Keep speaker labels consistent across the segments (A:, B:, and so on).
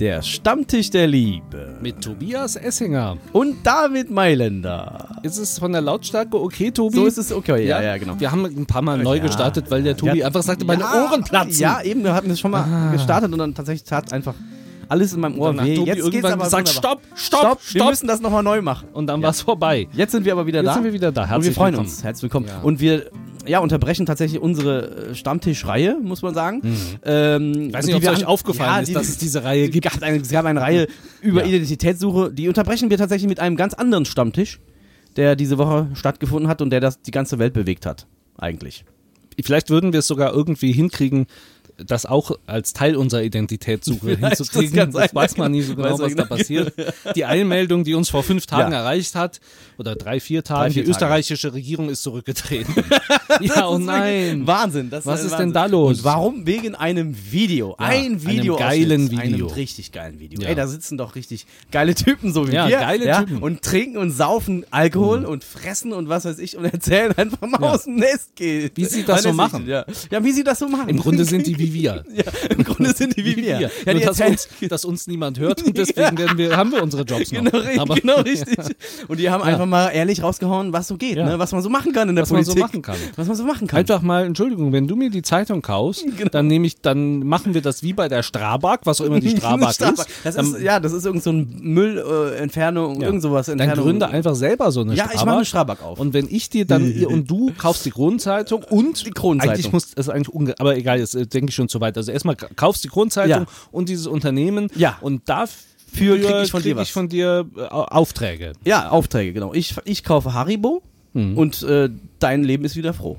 A: Der Stammtisch der Liebe.
B: Mit Tobias Essinger.
A: Und David Mailänder.
B: Ist es von der Lautstärke okay, Tobi?
A: So ist es okay, ja, ja, genau.
B: Wir haben ein paar Mal neu
A: Ja.
B: gestartet, weil der Tobi
A: Ja.
B: einfach sagte, meine
A: Ja,
B: Ohren platzen. Ah.
A: Ja, eben, wir hatten das schon mal gestartet und dann tatsächlich tat einfach alles in meinem Ohr
B: Danach
A: weh.
B: Tobi
A: Jetzt geht's
B: irgendwann
A: aber
B: sagt,
A: wunderbar.
B: stopp, stopp,
A: Wir
B: stopp.
A: müssen das nochmal neu machen.
B: Und dann war es vorbei.
A: Jetzt sind wir aber wieder
B: Jetzt
A: da.
B: sind wir wieder da.
A: und wir
B: Herzlich
A: freuen
B: willkommen.
A: uns. Herzlich willkommen.
B: Ja.
A: Und wir ja, unterbrechen tatsächlich unsere äh, Stammtischreihe, muss man sagen. Ähm,
B: Mhm. Ich weiß nicht, ob es euch aufgefallen
A: ja,
B: ist,
A: die-
B: dass es diese Reihe
A: Es
B: gibt.
A: gab, eine, es gab eine Reihe über
B: Ja.
A: Identitätssuche, die unterbrechen wir tatsächlich mit einem ganz anderen Stammtisch, der diese Woche stattgefunden hat und der das die ganze Welt bewegt hat, eigentlich.
B: Vielleicht würden wir es sogar irgendwie hinkriegen, das auch als Teil unserer Identitätssuche
A: Vielleicht, das
B: hinzukriegen.
A: kann
B: Das,
A: sein.
B: weiß man nie so
A: Weiß
B: genau,
A: man
B: was da
A: genau.
B: passiert. Die Eilmeldung, die uns vor fünf Tagen
A: Ja.
B: erreicht hat, oder drei, vier Tagen,
A: vier Tage.
B: die österreichische Regierung ist zurückgetreten. ja, oh nein.
A: Wahnsinn. Das
B: Was
A: ein
B: ist
A: Wahnsinn.
B: denn da los?
A: Und warum? Wegen einem Video. ein
B: einem
A: Video.
B: geilen Video.
A: Einem richtig geilen Video.
B: Ja.
A: Ey, da sitzen doch richtig geile Typen, so wie
B: Ja,
A: wir.
B: geile Typen. Mhm.
A: Und trinken und saufen Alkohol und fressen und was weiß ich und erzählen einfach mal
B: Ja.
A: aus dem Nest geht.
B: Wie sie das so
A: Weiß ich
B: machen.
A: nicht, Ja. ja, wie sie das so machen.
B: Im Grunde sind die wie wir.
A: ja, Im Grunde sind die wie wir.
B: Ja,
A: Ja,
B: Nur,
A: die
B: dass,
A: erzählen-
B: uns, dass uns niemand hört und deswegen werden wir, haben wir unsere Jobs noch.
A: Genau, ri-
B: Aber ne?
A: genau richtig. Und die haben einfach mal ehrlich rausgehauen, was so geht,
B: Ja.
A: ne? was man so machen kann in der
B: Was man so
A: Politik.
B: machen kann.
A: Was man so machen kann.
B: Einfach mal, Entschuldigung, wenn du mir die Zeitung kaufst,
A: Genau.
B: dann nehme ich, dann machen wir das wie bei der Strabag, was auch immer die Strabag
A: Starbucks.
B: ist.
A: Das
B: Dann-
A: ist, ja, das ist irgend so ein Müll, äh, Entfernung, irgend sowas.
B: Dann
A: Entfernung.
B: gründe einfach selber so eine
A: Ja,
B: Strabag.
A: ich mache eine Strabag auf.
B: Und wenn ich dir dann, und du kaufst die Kronenzeitung und die
A: Kronenzeitung.
B: Eigentlich muss, das ist eigentlich unge aber egal, jetzt äh, denke ich schon zu weit. Also erstmal k- kaufst die Kronenzeitung
A: Ja.
B: und dieses Unternehmen
A: Ja.
B: und dafür
A: krieg ich von dir
B: krieg
A: was.
B: ich von dir äh, Au- Aufträge.
A: ja, Aufträge, genau. Ich, ich kaufe Haribo
B: Mhm.
A: und äh, dein Leben ist wieder froh.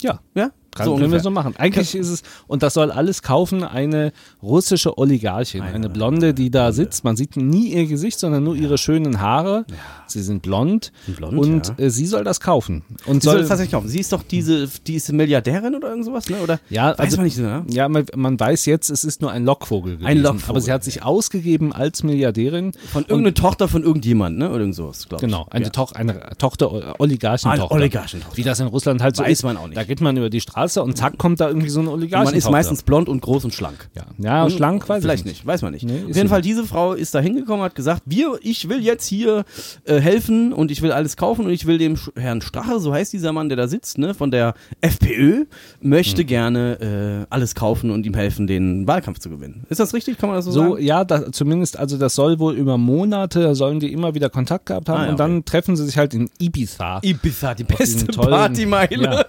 B: Ja.
A: Ja?
B: Kann, können wir
A: ungefähr.
B: so machen. Eigentlich ist es, und das soll alles kaufen, eine russische Oligarchin, eine, Blonde, die da sitzt. Man sieht nie ihr Gesicht, sondern nur ihre schönen Haare. Sie sind blond.
A: blond,
B: und
A: ja.
B: äh, sie soll das kaufen. Und
A: Sie soll
B: soll,
A: das tatsächlich kaufen. Sie ist doch diese, die ist Milliardärin oder irgend sowas, ne? Oder?
B: Ja,
A: Weiß
B: also-
A: man nicht, ne?
B: ja, man, man weiß jetzt, es ist nur ein Lockvogel gewesen.
A: Ein Lockvogel,
B: Aber sie hat sich ausgegeben als Milliardärin.
A: Von irgendeiner Tochter von irgendjemand, ne? Oder irgend sowas, glaube ich.
B: Genau, eine,
A: ja.
B: Toch eine Tochter, äh, Oligarchentochter.
A: Eine Oligarchentochter.
B: Wie das in Russland halt so
A: Weiß
B: ist.
A: man auch nicht.
B: Da geht man über die Straße und zack, kommt da irgendwie so eine
A: Und
B: Oligarchentochter.
A: Man ist meistens blond und groß und schlank.
B: Ja, ja
A: Und
B: schlank, weiß ich
A: Vielleicht nicht, Ähm, weiß man nicht.
B: Nee, ist
A: Auf
B: sie
A: jeden Fall, diese Frau ist da hingekommen, hat gesagt, wir, ich will jetzt hier äh, helfen und ich will alles kaufen und ich will dem Sch- Herrn Strache, so heißt dieser Mann, der da sitzt, ne, von der FPÖ, möchte
B: Mhm.
A: gerne äh, alles kaufen und ihm helfen, den Wahlkampf zu gewinnen. Ist das richtig? Kann man das so,
B: So,
A: sagen?
B: ja, da, zumindest, also das soll wohl über Monate, da sollen die immer wieder Kontakt gehabt haben
A: Ah, ja,
B: und dann treffen sie sich halt in Ibiza.
A: Ibiza, die
B: Diesen
A: beste
B: tollen-
A: Partymeile.
B: Ja,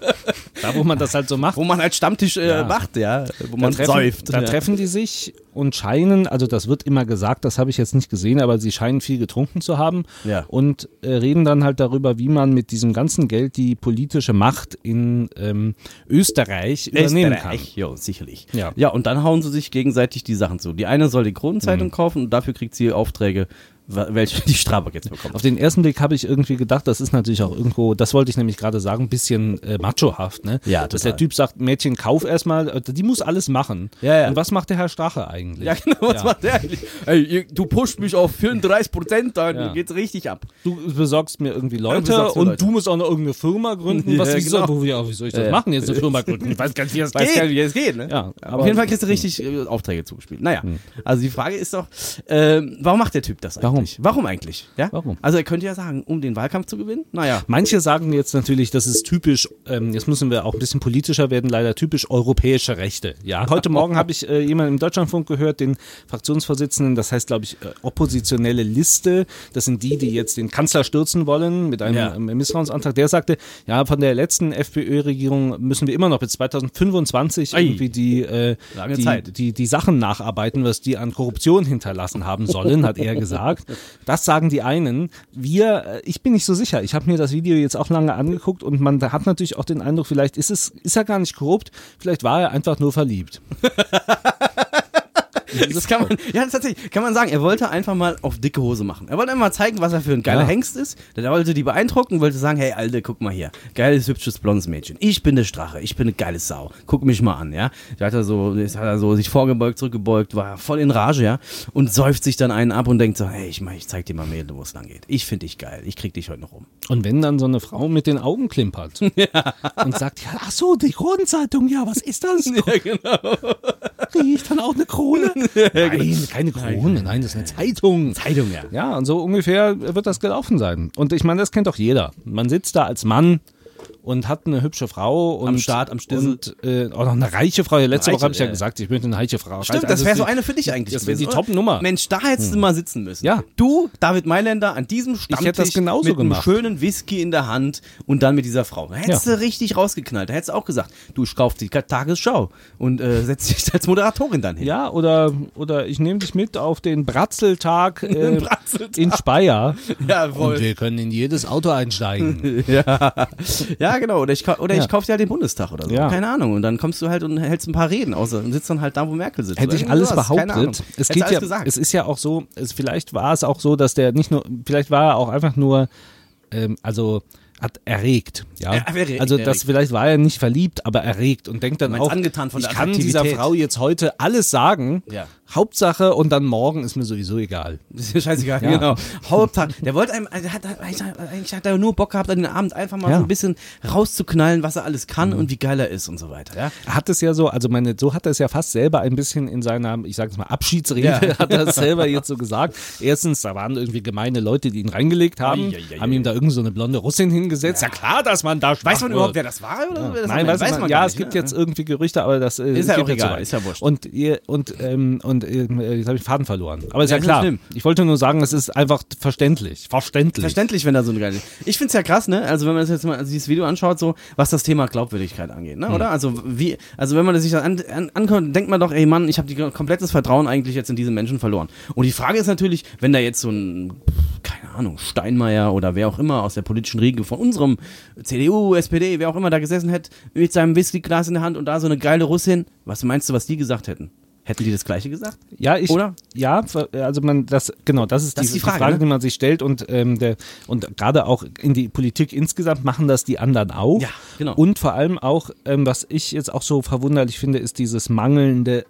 B: da, wo man das halt so macht.
A: Wo man als Stammtisch äh,
B: Ja.
A: macht, ja. Wo man
B: da treffen,
A: säuft.
B: Da
A: ja.
B: treffen die sich und scheinen, also das wird immer gesagt, das habe ich jetzt nicht gesehen, aber sie scheinen viel getrunken zu haben
A: Ja.
B: und äh, reden dann halt darüber, wie man mit diesem ganzen Geld die politische Macht in ähm, Österreich übernehmen kann.
A: Österreich, Jo, sicherlich.
B: Ja.
A: ja, und dann hauen sie sich gegenseitig die Sachen zu. Die eine soll die
B: Mhm.
A: Kronenzeitung kaufen und dafür kriegt sie Aufträge, wa- welche die Strabag jetzt bekommt.
B: Auf den ersten Blick habe ich irgendwie gedacht, das ist natürlich auch irgendwo, das wollte ich nämlich gerade sagen, ein bisschen äh, machohaft, ne?
A: Ja,
B: Dass
A: total.
B: der Typ sagt, Mädchen, kauf erstmal, äh, die muss alles machen.
A: Ja, ja.
B: Und was macht der Herr Strache eigentlich?
A: Ja, genau, was
B: Ja.
A: macht der eigentlich? Ey, ihr- du pusht mich auf 34 Prozent, dann
B: Ja.
A: geht's richtig ab.
B: Du besorgst mir irgendwie Leute
A: besorgst mir
B: und
A: Leute.
B: du musst auch noch irgendeine Firma gründen. Was
A: Ja,
B: wie, soll,
A: genau.
B: wo, ja, wie soll ich das
A: Ja, ja.
B: machen, jetzt eine Firma gründen? Ich weiß gar nicht, wie das
A: Weiß
B: geht.
A: gar nicht, wie es geht, ne?
B: Ja, aber mhm.
A: Auf jeden Fall kriegst du richtig äh, Aufträge zugespielt. Naja, also die Frage ist doch, ähm, warum macht der Typ das eigentlich?
B: Warum?
A: Warum eigentlich? Ja?
B: Warum?
A: Also er könnte ja sagen, um den Wahlkampf zu gewinnen? Naja.
B: Manche sagen jetzt natürlich, das ist typisch, ähm, jetzt müssen wir auch ein bisschen politischer werden, leider typisch europäische Rechte. Ja. Heute Morgen habe ich äh, jemanden im Deutschlandfunk gehört, den Fraktionsvorsitzenden, das heißt, glaube ich, äh, oppositionelle Liste. Das sind die, die jetzt den Kanzler stürzen wollen mit einem
A: Ja.
B: ähm, Misstrauensantrag. Der sagte, ja, von der letzten FPÖ-Regierung müssen wir immer noch bis 2025
A: Ei.
B: irgendwie die, äh,
A: Lange
B: die,
A: Zeit.
B: die, die Sachen nacharbeiten, was die an Korruption hinterlassen haben sollen, hat er gesagt. Das sagen die einen. Wir, äh, ich bin nicht so sicher. Ich habe mir das Video jetzt auch lange angeguckt und man hat natürlich auch den Eindruck, vielleicht ist es, ist er gar nicht korrupt, vielleicht war er einfach nur verliebt.
A: Das kann man, ja, tatsächlich, kann man sagen, er wollte einfach mal auf dicke Hose machen. Er wollte einfach mal zeigen, was er für ein geiler
B: Ja.
A: Hengst ist. Er wollte die beeindrucken, wollte sagen, hey, Alter, guck mal hier. Geiles, hübsches, blondes Mädchen. Ich bin der Strache, ich bin eine geile Sau. Guck mich mal an, ja. Da hat er so, das hat er so sich vorgebeugt, zurückgebeugt, war voll in Rage, ja. Und säuft sich dann einen ab und denkt so, hey, ich, mach, ich zeig dir mal Mädel, wo es lang geht. Ich finde dich geil, ich krieg dich heute noch um.
B: Und wenn dann so eine Frau mit den Augen klimpert und sagt, ja, ach so, die Grundzeitung, ja, was ist das?
A: Ja, genau.
B: riecht dann auch eine Krone? Nein, keine Krone, nein, das ist eine Zeitung.
A: Zeitung, ja.
B: Ja, und so ungefähr wird das gelaufen sein. Und ich meine, das kennt doch jeder. Man sitzt da als Mann und hat eine hübsche Frau und
A: Am Start, am Stissel.
B: und äh, auch noch eine reiche Frau. Ja, Letzte
A: Reiche,
B: Woche habe ich ja
A: ja.
B: gesagt, ich möchte eine reiche Frau.
A: Stimmt,
B: Also,
A: das wäre so
B: die-
A: eine für dich eigentlich.
B: das wär die
A: gewesen, oder?
B: Top-Nummer. Hm.
A: Mensch, da hättest du mal sitzen müssen.
B: Ja.
A: Du, David Mailänder, an diesem Stammtisch
B: hätte das genauso
A: mit
B: gemacht.
A: einem schönen Whisky in der Hand und dann mit dieser Frau. Da hättest
B: Ja.
A: du richtig rausgeknallt. Da hättest du auch gesagt, du, ich kauf die Tagesschau und äh, setz dich als Moderatorin dann hin.
B: Ja, oder, oder ich nehme dich mit auf den Bratzeltag, äh,
A: Den Bratzeltag.
B: in Speyer.
A: Jawohl.
B: wir können in jedes Auto einsteigen.
A: Ja. ja, genau. Oder ich, kau- oder
B: Ja.
A: ich kauf dir halt den Bundestag oder so.
B: Ja.
A: Keine Ahnung. Und dann kommst du halt und hältst ein paar Reden außer und sitzt dann halt da, wo Merkel sitzt.
B: Hätte
A: Oder
B: ich
A: irgendwie
B: alles
A: sowas. Keine Ahnung.
B: behauptet. Es
A: Hättest
B: geht
A: alles
B: ja,
A: gesagt.
B: es ist ja auch so, es, vielleicht war es auch so, dass der nicht nur, vielleicht war er auch einfach nur, ähm, also hat erregt, ja.
A: Er- erregt,
B: also das
A: erregt.
B: vielleicht war er nicht verliebt, aber erregt und denkt dann
A: meinst
B: auch,
A: angetan von
B: ich
A: der
B: kann dieser
A: Attraktivität.
B: Frau jetzt heute alles sagen,
A: Ja.
B: Hauptsache und dann morgen ist mir sowieso egal.
A: Das ist mir scheißegal,
B: Ja.
A: genau. Hauptsache, der wollte einem, also hat, hat- eigentlich, eigentlich hat er nur Bock gehabt, an den Abend einfach mal
B: Ja. Mhm.
A: so ein bisschen rauszuknallen, was er alles kann und wie geil er ist und so weiter. Ja?
B: Er hat es ja so, also meine, so hat er es ja fast selber ein bisschen in seiner, ich sage es mal, Abschiedsrede
A: Ja.
B: hat er es selber jetzt so gesagt. Erstens, da waren irgendwie gemeine Leute, die ihn reingelegt haben,
A: Ei, ei, ei,
B: haben ihm da irgend so eine blonde Russin hingesetzt. Ja, klar, dass man da schwach
A: Weiß man
B: wird.
A: überhaupt, wer das war? Oder? Das
B: Nein, weiß, man,
A: gar
B: oh. ja,
A: nicht,
B: es gibt
A: ne?
B: jetzt irgendwie Gerüchte, aber das äh,
A: Ist ja
B: geht
A: auch
B: jetzt
A: egal,
B: so weit.
A: ist ja wurscht.
B: Und ihr und ähm, und ähm, äh, jetzt habe ich den Faden verloren. Aber ist ja,
A: Ja, ist nicht
B: klar.
A: schlimm.
B: ich wollte nur sagen, es ist einfach verständlich, verständlich.
A: Verständlich, wenn da so eine geile. Ich find's ja krass, ne? Also wenn man das jetzt mal also dieses Video anschaut, so was das Thema Glaubwürdigkeit angeht,
B: Hm.
A: ne? Oder? Also wie, also wenn man das sich dann an, an, ankommt, denkt man doch, ey Mann, ich habe die komplettes Vertrauen eigentlich jetzt in diese Menschen verloren. Und die Frage ist natürlich, wenn da jetzt so ein keine Ahnung Steinmeier oder wer auch immer aus der politischen Riege von unserem CDU, SPD, wer auch immer da gesessen hätte mit seinem Whiskyglas in der Hand und da so eine geile Russin, was meinst du, was die gesagt hätten? Hätten die das Gleiche gesagt?
B: Ja, ich,
A: Oder?
B: Ja, ver- also man, das, genau, das ist,
A: Das
B: die,
A: ist
B: die
A: die
B: Frage,
A: Frage, ne?
B: die man sich stellt und, ähm, der, und gerade auch in die Politik insgesamt machen das die anderen auch.
A: Ja, genau.
B: Und vor allem auch, ähm, was ich jetzt auch so verwunderlich finde, ist dieses mangelnde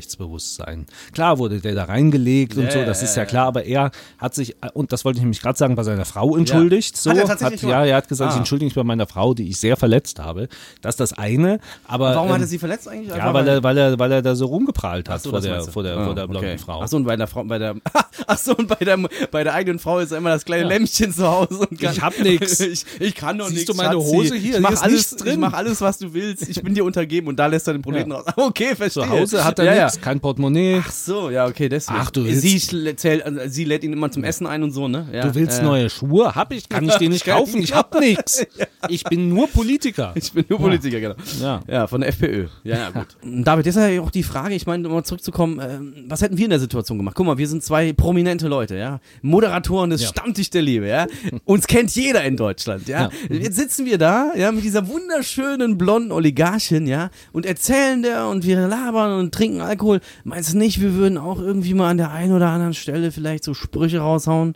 B: Unrechtsbewusstsein. Klar wurde der da reingelegt und
A: Ja,
B: so,
A: ja,
B: das ist
A: ja,
B: ja klar, aber er hat sich, äh, und das wollte ich nämlich gerade sagen, bei seiner Frau entschuldigt. So,
A: Hat er tatsächlich
B: ja,
A: gemacht?
B: er hat gesagt,
A: Ah.
B: ich entschuldige mich bei meiner Frau, die ich sehr verletzt habe. Das ist das eine, aber.
A: Warum hat
B: ähm,
A: er sie verletzt eigentlich?
B: ja,
A: Einfach,
B: weil er, weil er, weil er da so rumgeprahlt hat
A: Ach so,
B: vor,
A: das
B: der,
A: meinst du.
B: vor der,
A: Ah,
B: vor der blonden
A: okay.
B: Frau.
A: Ach so, und bei der Frau, bei der, ach so, und bei der, bei der eigenen Frau ist er immer das kleine Lämmchen zu Hause und kann,
B: Ich hab nix.
A: Ich, ich kann noch
B: Siehst
A: nichts.
B: du meine Hose hier?
A: Ich
B: Hier
A: mach
B: ist
A: alles
B: nichts drin.
A: Ich mach alles, was du willst. Ich bin dir untergeben und da lässt er den Proleten
B: Ja.
A: raus. Okay, verstehe.
B: Zu Hause hat er
A: ja,
B: nichts, kein Portemonnaie.
A: Ach so, ja, okay, deswegen.
B: Ach, du
A: sie, schl- zählt, also, sie lädt ihn immer zum Essen ein und so, ne? Ja,
B: Du willst
A: äh,
B: neue Schuhe? Hab ich, kann ich dir nicht
A: Ja, genau.
B: kaufen. Ich hab nichts. Ich bin nur Politiker.
A: Ich bin nur Politiker, genau.
B: Ja.
A: ja, von der FPÖ. Ja, ja gut. David, das ist ja auch die Frage, ich meine, um mal zurückzukommen, ähm, was hätten wir in der Situation gemacht? Guck mal, wir sind zwei prominente Leute, ja. Moderatoren des
B: Ja.
A: Stammtisch der Liebe, ja. Uns kennt jeder in Deutschland, ja? Jetzt sitzen wir da, ja, mit dieser wunderschönen blonden Oligarchin, ja, und erzählen der und wir labern und trinken Alkohol. Meinst du nicht, wir würden auch irgendwie mal an der einen oder anderen Stelle vielleicht so Sprüche raushauen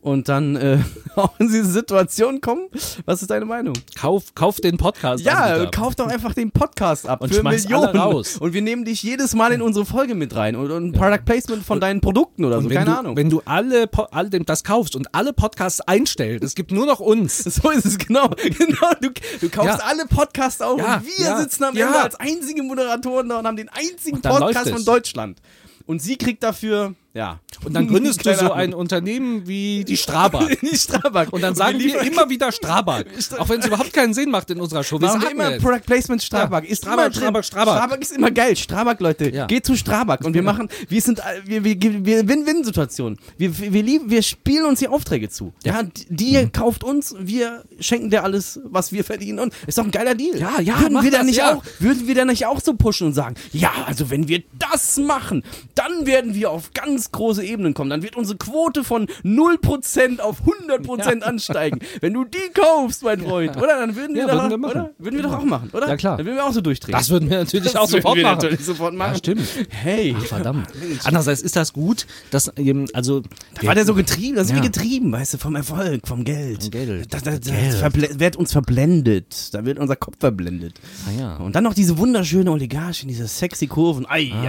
A: und dann äh, auch in diese Situation kommen? Was ist deine Meinung?
B: Kauf, kauf den Podcast.
A: Ja,
B: Anbieter.
A: kauf doch einfach den Podcast ab
B: Und
A: für
B: schmeiß alle
A: Millionen.
B: raus.
A: Und wir nehmen dich jedes Mal in unsere Folge mit rein und, und Product Placement von deinen Produkten oder so,
B: Und wenn,
A: keine
B: du,
A: Ahnung.
B: wenn du alle, Po- all dem das kaufst und alle Podcasts einstellst, es gibt nur noch uns.
A: so ist es genau. genau du, du kaufst
B: Ja.
A: alle Podcasts auf
B: Ja,
A: und wir
B: ja,
A: sitzen am
B: ja.
A: Ende als einzige Moderatoren da und haben den einzigen
B: Und dann läuft
A: Podcast
B: es.
A: von Deutschland. Und sie kriegt dafür, ja.
B: Und dann gründest du
A: Keine
B: so
A: Ahnung.
B: ein Unternehmen wie die Strabag.
A: Nicht Strabag.
B: Und dann sagen wir
A: liefern-
B: immer wieder Strabag. Auch wenn es überhaupt keinen Sinn macht in unserer Show. Wir
A: Machen wir
B: sagen
A: immer
B: es.
A: Product Placement Strabag.
B: Ja,
A: ist
B: Strabag,
A: immer drin.
B: Strabag, Strabag.
A: Strabag ist immer geil. Strabag, Leute.
B: Ja.
A: Geht zu Strabag. Und wir machen, wir sind, all- wir, wir, wir Win-Win-Situationen. Wir, wir, wir lieben, wir spielen uns die Aufträge zu. Ja, die- die
B: Mhm.
A: kauft uns, wir schenken dir alles, was wir verdienen. Und ist doch ein geiler Deal.
B: Ja, ja,
A: Würden
B: mach
A: wir da
B: das,
A: nicht
B: ja.
A: auch, würden wir da nicht auch so pushen und sagen, ja, also wenn wir das machen, dann werden wir auf ganz große Ebenen kommen. Dann wird unsere Quote von 0% auf 100% ansteigen. Wenn du die kaufst, mein Freund, oder? Dann würden wir,
B: Ja,
A: doch,
B: würden wir machen.
A: Oder? Würden wir doch auch machen, oder?
B: Ja, klar.
A: Dann würden wir auch so durchdrehen.
B: Das würden wir natürlich auch
A: Das würden
B: sofort
A: wir
B: machen.
A: natürlich sofort machen.
B: Ja, stimmt.
A: hey.
B: Ach, verdammt. Andererseits ist das gut, dass eben, also.
A: War der so getrieben? Das ist
B: Ja.
A: wie getrieben, weißt du, vom Erfolg, vom Geld.
B: Vom Geld.
A: Das, das, das
B: Geld.
A: verble- wird uns verblendet. Da wird unser Kopf verblendet.
B: Ah, ja.
A: Und dann noch
B: Ah.
A: diese wunderschöne Oligarchin, diese sexy Kurven. Ei, ei,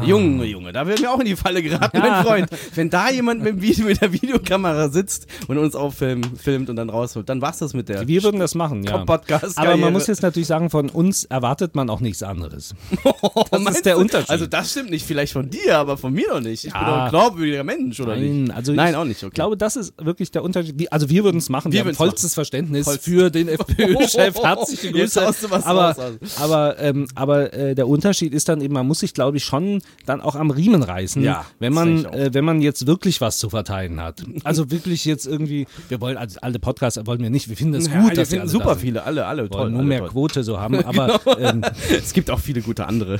A: ei. Junge, Junge, da werden wir auch in die Falle gerade, mein Freund. Wenn da jemand mit, dem Video, mit der Videokamera sitzt und uns auffilmt filmt und dann rausholt, dann war's das mit der.
B: Wir würden das machen, ja.
A: Podcast
B: Aber man muss jetzt natürlich sagen, von uns erwartet man auch nichts anderes. das ist der Unterschied.
A: Also das stimmt nicht, vielleicht von dir, aber von mir doch nicht. Ich bin doch
B: Ja.
A: ein glaubwürdiger Mensch, oder
B: Nein,
A: nicht?
B: also
A: Nein,
B: ich
A: auch nicht, okay.
B: Ich glaube, das ist wirklich der Unterschied. Wir- Also wir würden es machen.
A: Wir
B: Wir, haben
A: würden's
B: vollstes Verständnis für den FPÖ-Chef. Herzliche
A: Jetzt
B: Grüße.
A: haust du was
B: aber
A: raus, also.
B: aber, ähm, aber äh, der Unterschied ist dann eben, man muss sich, glaube ich, schon dann auch am Riemen reißen,
A: Ja,
B: wenn
A: das
B: man,
A: denke ich auch.
B: äh, wenn man jetzt wirklich was zu verteilen hat. Also wirklich jetzt irgendwie, wir wollen, also alle Podcasts wollen wir nicht, wir finden es
A: Ja,
B: gut,
A: wir
B: dass
A: finden
B: wir alle
A: super
B: da sind.
A: viele, alle, alle,
B: Wir
A: toll.
B: wollen nur
A: alle,
B: mehr
A: toll. Genau.
B: Quote so haben, aber ähm,
A: es gibt auch viele gute andere.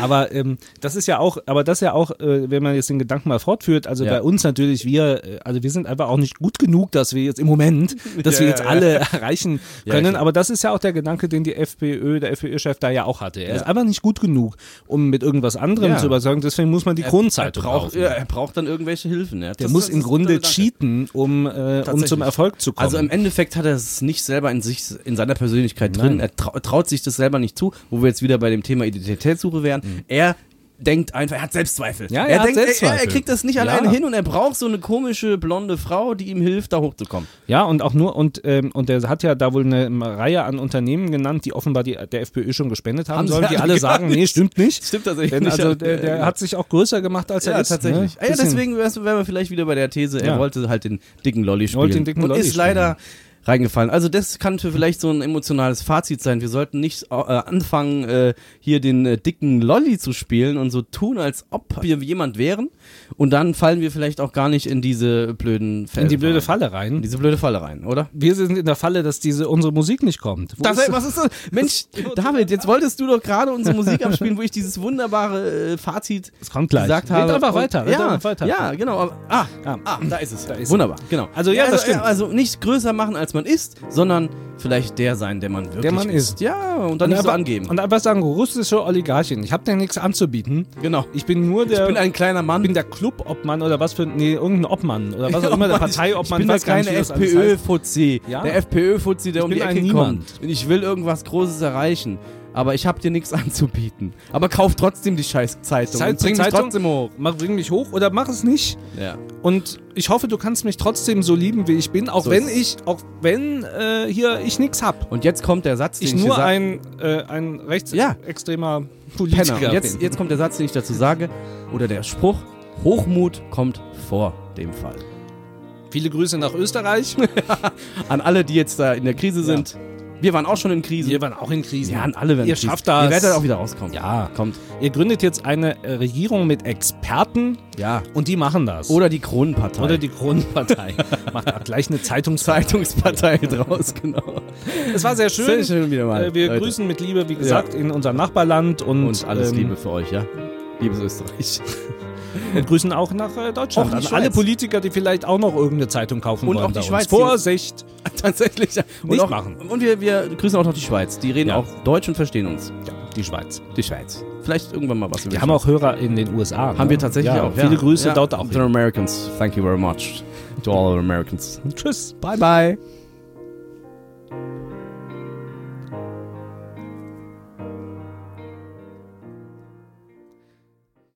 B: Aber ähm, das ist ja auch, aber das ist ja auch, äh, wenn man jetzt den Gedanken mal fortführt, also
A: Ja.
B: bei uns natürlich, wir, äh, also wir sind einfach auch nicht gut genug, dass wir jetzt im Moment, dass wir
A: Ja,
B: jetzt
A: ja,
B: alle erreichen
A: Ja,
B: können.
A: klar.
B: aber das ist ja auch der Gedanke, den die FPÖ, der FPÖ-Chef da ja auch hatte. Er
A: Ja.
B: ist einfach nicht gut genug, um mit irgendwas anderem
A: Ja.
B: zu überzeugen. Deswegen muss man die Kronenzeitung
A: braucht,
B: kaufen.
A: ja, er braucht dann irgendwelche Hilfen. Ja.
B: Der
A: Das-
B: muss
A: das
B: im
A: ist ein
B: Grunde
A: guter Gedanke.
B: cheaten, um, äh, um
A: Tatsächlich.
B: zum Erfolg zu kommen.
A: Also im Endeffekt hat er es nicht selber in sich, in seiner Persönlichkeit drin. Er trau, traut sich das selber nicht zu, wo wir jetzt wieder bei dem Thema Identitätssuche wären. Er denkt einfach, er hat Selbstzweifel.
B: Mhm. Ja,
A: er
B: er hat
A: denkt, Er, er
B: Selbstzweifel.
A: kriegt das nicht
B: Ja.
A: alleine hin und er braucht so eine komische blonde Frau, die ihm hilft, da hochzukommen.
B: Ja, und auch nur, und, ähm, und der hat ja da wohl eine Reihe an Unternehmen genannt, die offenbar die, der FPÖ schon gespendet haben,
A: Haben sie
B: sollen, die
A: alle gar
B: alle sagen,
A: nicht.
B: nee, stimmt nicht.
A: Stimmt tatsächlich
B: Denn
A: nicht.
B: also der, der
A: Ja.
B: hat sich auch größer gemacht, als er
A: Ja,
B: ist.
A: tatsächlich.
B: Ne?
A: Ah, ja,
B: Bisschen.
A: deswegen wären wir vielleicht wieder bei der These, er
B: Ja.
A: wollte halt den dicken Lolli spielen.
B: wollte den dicken
A: und
B: Lolli
A: ist leider reingefallen. Also das kann für vielleicht so ein emotionales Fazit sein. Wir sollten nicht äh, anfangen, äh, hier den äh, dicken Lolli zu spielen und so tun, als ob wir jemand wären. Und dann fallen wir vielleicht auch gar nicht in diese blöden Fälle.
B: In die blöde
A: rein.
B: Falle rein.
A: In diese blöde Falle rein, oder?
B: Wir sind in der Falle, dass diese unsere Musik nicht kommt. Wo
A: Das,
B: ist-
A: was ist das? Mensch, David, jetzt wolltest du doch gerade unsere Musik abspielen, wo ich dieses wunderbare äh, Fazit
B: Es kommt gleich.
A: gesagt
B: Red
A: habe.
B: einfach
A: Und-
B: weiter, red
A: ja,
B: einfach weiter.
A: Ja, genau. aber- Ah,
B: Ah.
A: ah, da ist es.
B: ist es.
A: Wunderbar, genau.
B: Also ja, das stimmt.
A: Also nicht größer machen, als man ist, sondern vielleicht der sein, der man wirklich
B: man
A: ist.
B: ist.
A: Ja, und dann nicht so
B: einfach-
A: angeben.
B: Und einfach sagen, russische Oligarchen, ich habe dir nichts anzubieten.
A: genau.
B: Ich bin nur der.
A: Ich bin ein kleiner Mann.
B: Ich bin der Club-Obmann oder was für nee, irgendein Obmann oder was auch immer, der
A: Obmann, ich-
B: Partei-Obmann,
A: Ich bin
B: weiß
A: das
B: gar nicht,
A: keine
B: wie das alles heißt.
A: FPÖ-Fuzzi.
B: Ja.
A: Der FPÖ-Fuzzi, der um
B: bin
A: die
B: ein
A: Ecke
B: Niemand.
A: kommt. Und ich will irgendwas Großes erreichen. Aber ich hab dir nichts anzubieten. Aber kauf trotzdem die scheiß Zeitung.
B: Zeit-
A: und bring mich
B: Zeitung?
A: trotzdem hoch.
B: Mach, bring mich hoch oder mach es nicht.
A: Ja.
B: Und ich hoffe, du kannst mich trotzdem so lieben, wie ich bin, auch
A: So
B: wenn
A: ist
B: ich, auch wenn äh, hier ich nichts hab.
A: Und jetzt kommt der Satz, den
B: Ich
A: ich,
B: nur
A: gesagt
B: ein, äh, ein
A: Ja.
B: rechtsextremer
A: Penner.
B: Politiker
A: Und jetzt,
B: bin.
A: jetzt kommt der Satz, den ich dazu sage, oder der Spruch: Hochmut kommt vor dem Fall.
B: Viele Grüße nach Österreich.
A: An alle, die jetzt da in der Krise
B: Ja.
A: sind. Wir waren auch schon in Krise.
B: Wir waren auch in Krisen.
A: ja, an alle werden
B: Ihr
A: Krise.
B: schafft das.
A: Ihr werdet auch wieder rauskommen.
B: Ja.
A: kommt.
B: Ihr gründet jetzt eine äh, Regierung mit Experten
A: Ja.
B: und die machen das.
A: Oder die Kronenpartei.
B: Oder die Kronenpartei. Macht auch gleich eine Zeitungspartei.
A: Zeitungspartei draus, genau.
B: Es war sehr schön.
A: Sehr schön wieder mal,
B: Äh, wir
A: Leute.
B: grüßen mit Liebe, wie gesagt, in unser Nachbarland und,
A: Und alles
B: ähm,
A: Liebe für euch, ja? Liebes Österreich.
B: Und grüßen auch nach äh, Deutschland.
A: Auch die
B: an alle
A: Schweiz.
B: Politiker, die vielleicht auch noch irgendeine Zeitung kaufen
A: Und
B: wollen.
A: auch die
B: bei uns.
A: Schweiz.
B: Vorsicht!
A: Tatsächlich. ja. Und
B: Nicht
A: auch,
B: machen.
A: Und wir, wir grüßen auch noch die Schweiz. Die reden
B: Ja.
A: auch Deutsch und verstehen uns.
B: die Schweiz.
A: Die Schweiz. Vielleicht irgendwann mal was. über die
B: Wir haben auch Hörer in den USA.
A: Haben
B: ne?
A: wir tatsächlich
B: ja,
A: auch.
B: Viele
A: ja.
B: Grüße
A: ja.
B: dort auch.
A: To the Americans. Thank you very much. To all the Americans.
B: Tschüss.
A: Bye bye.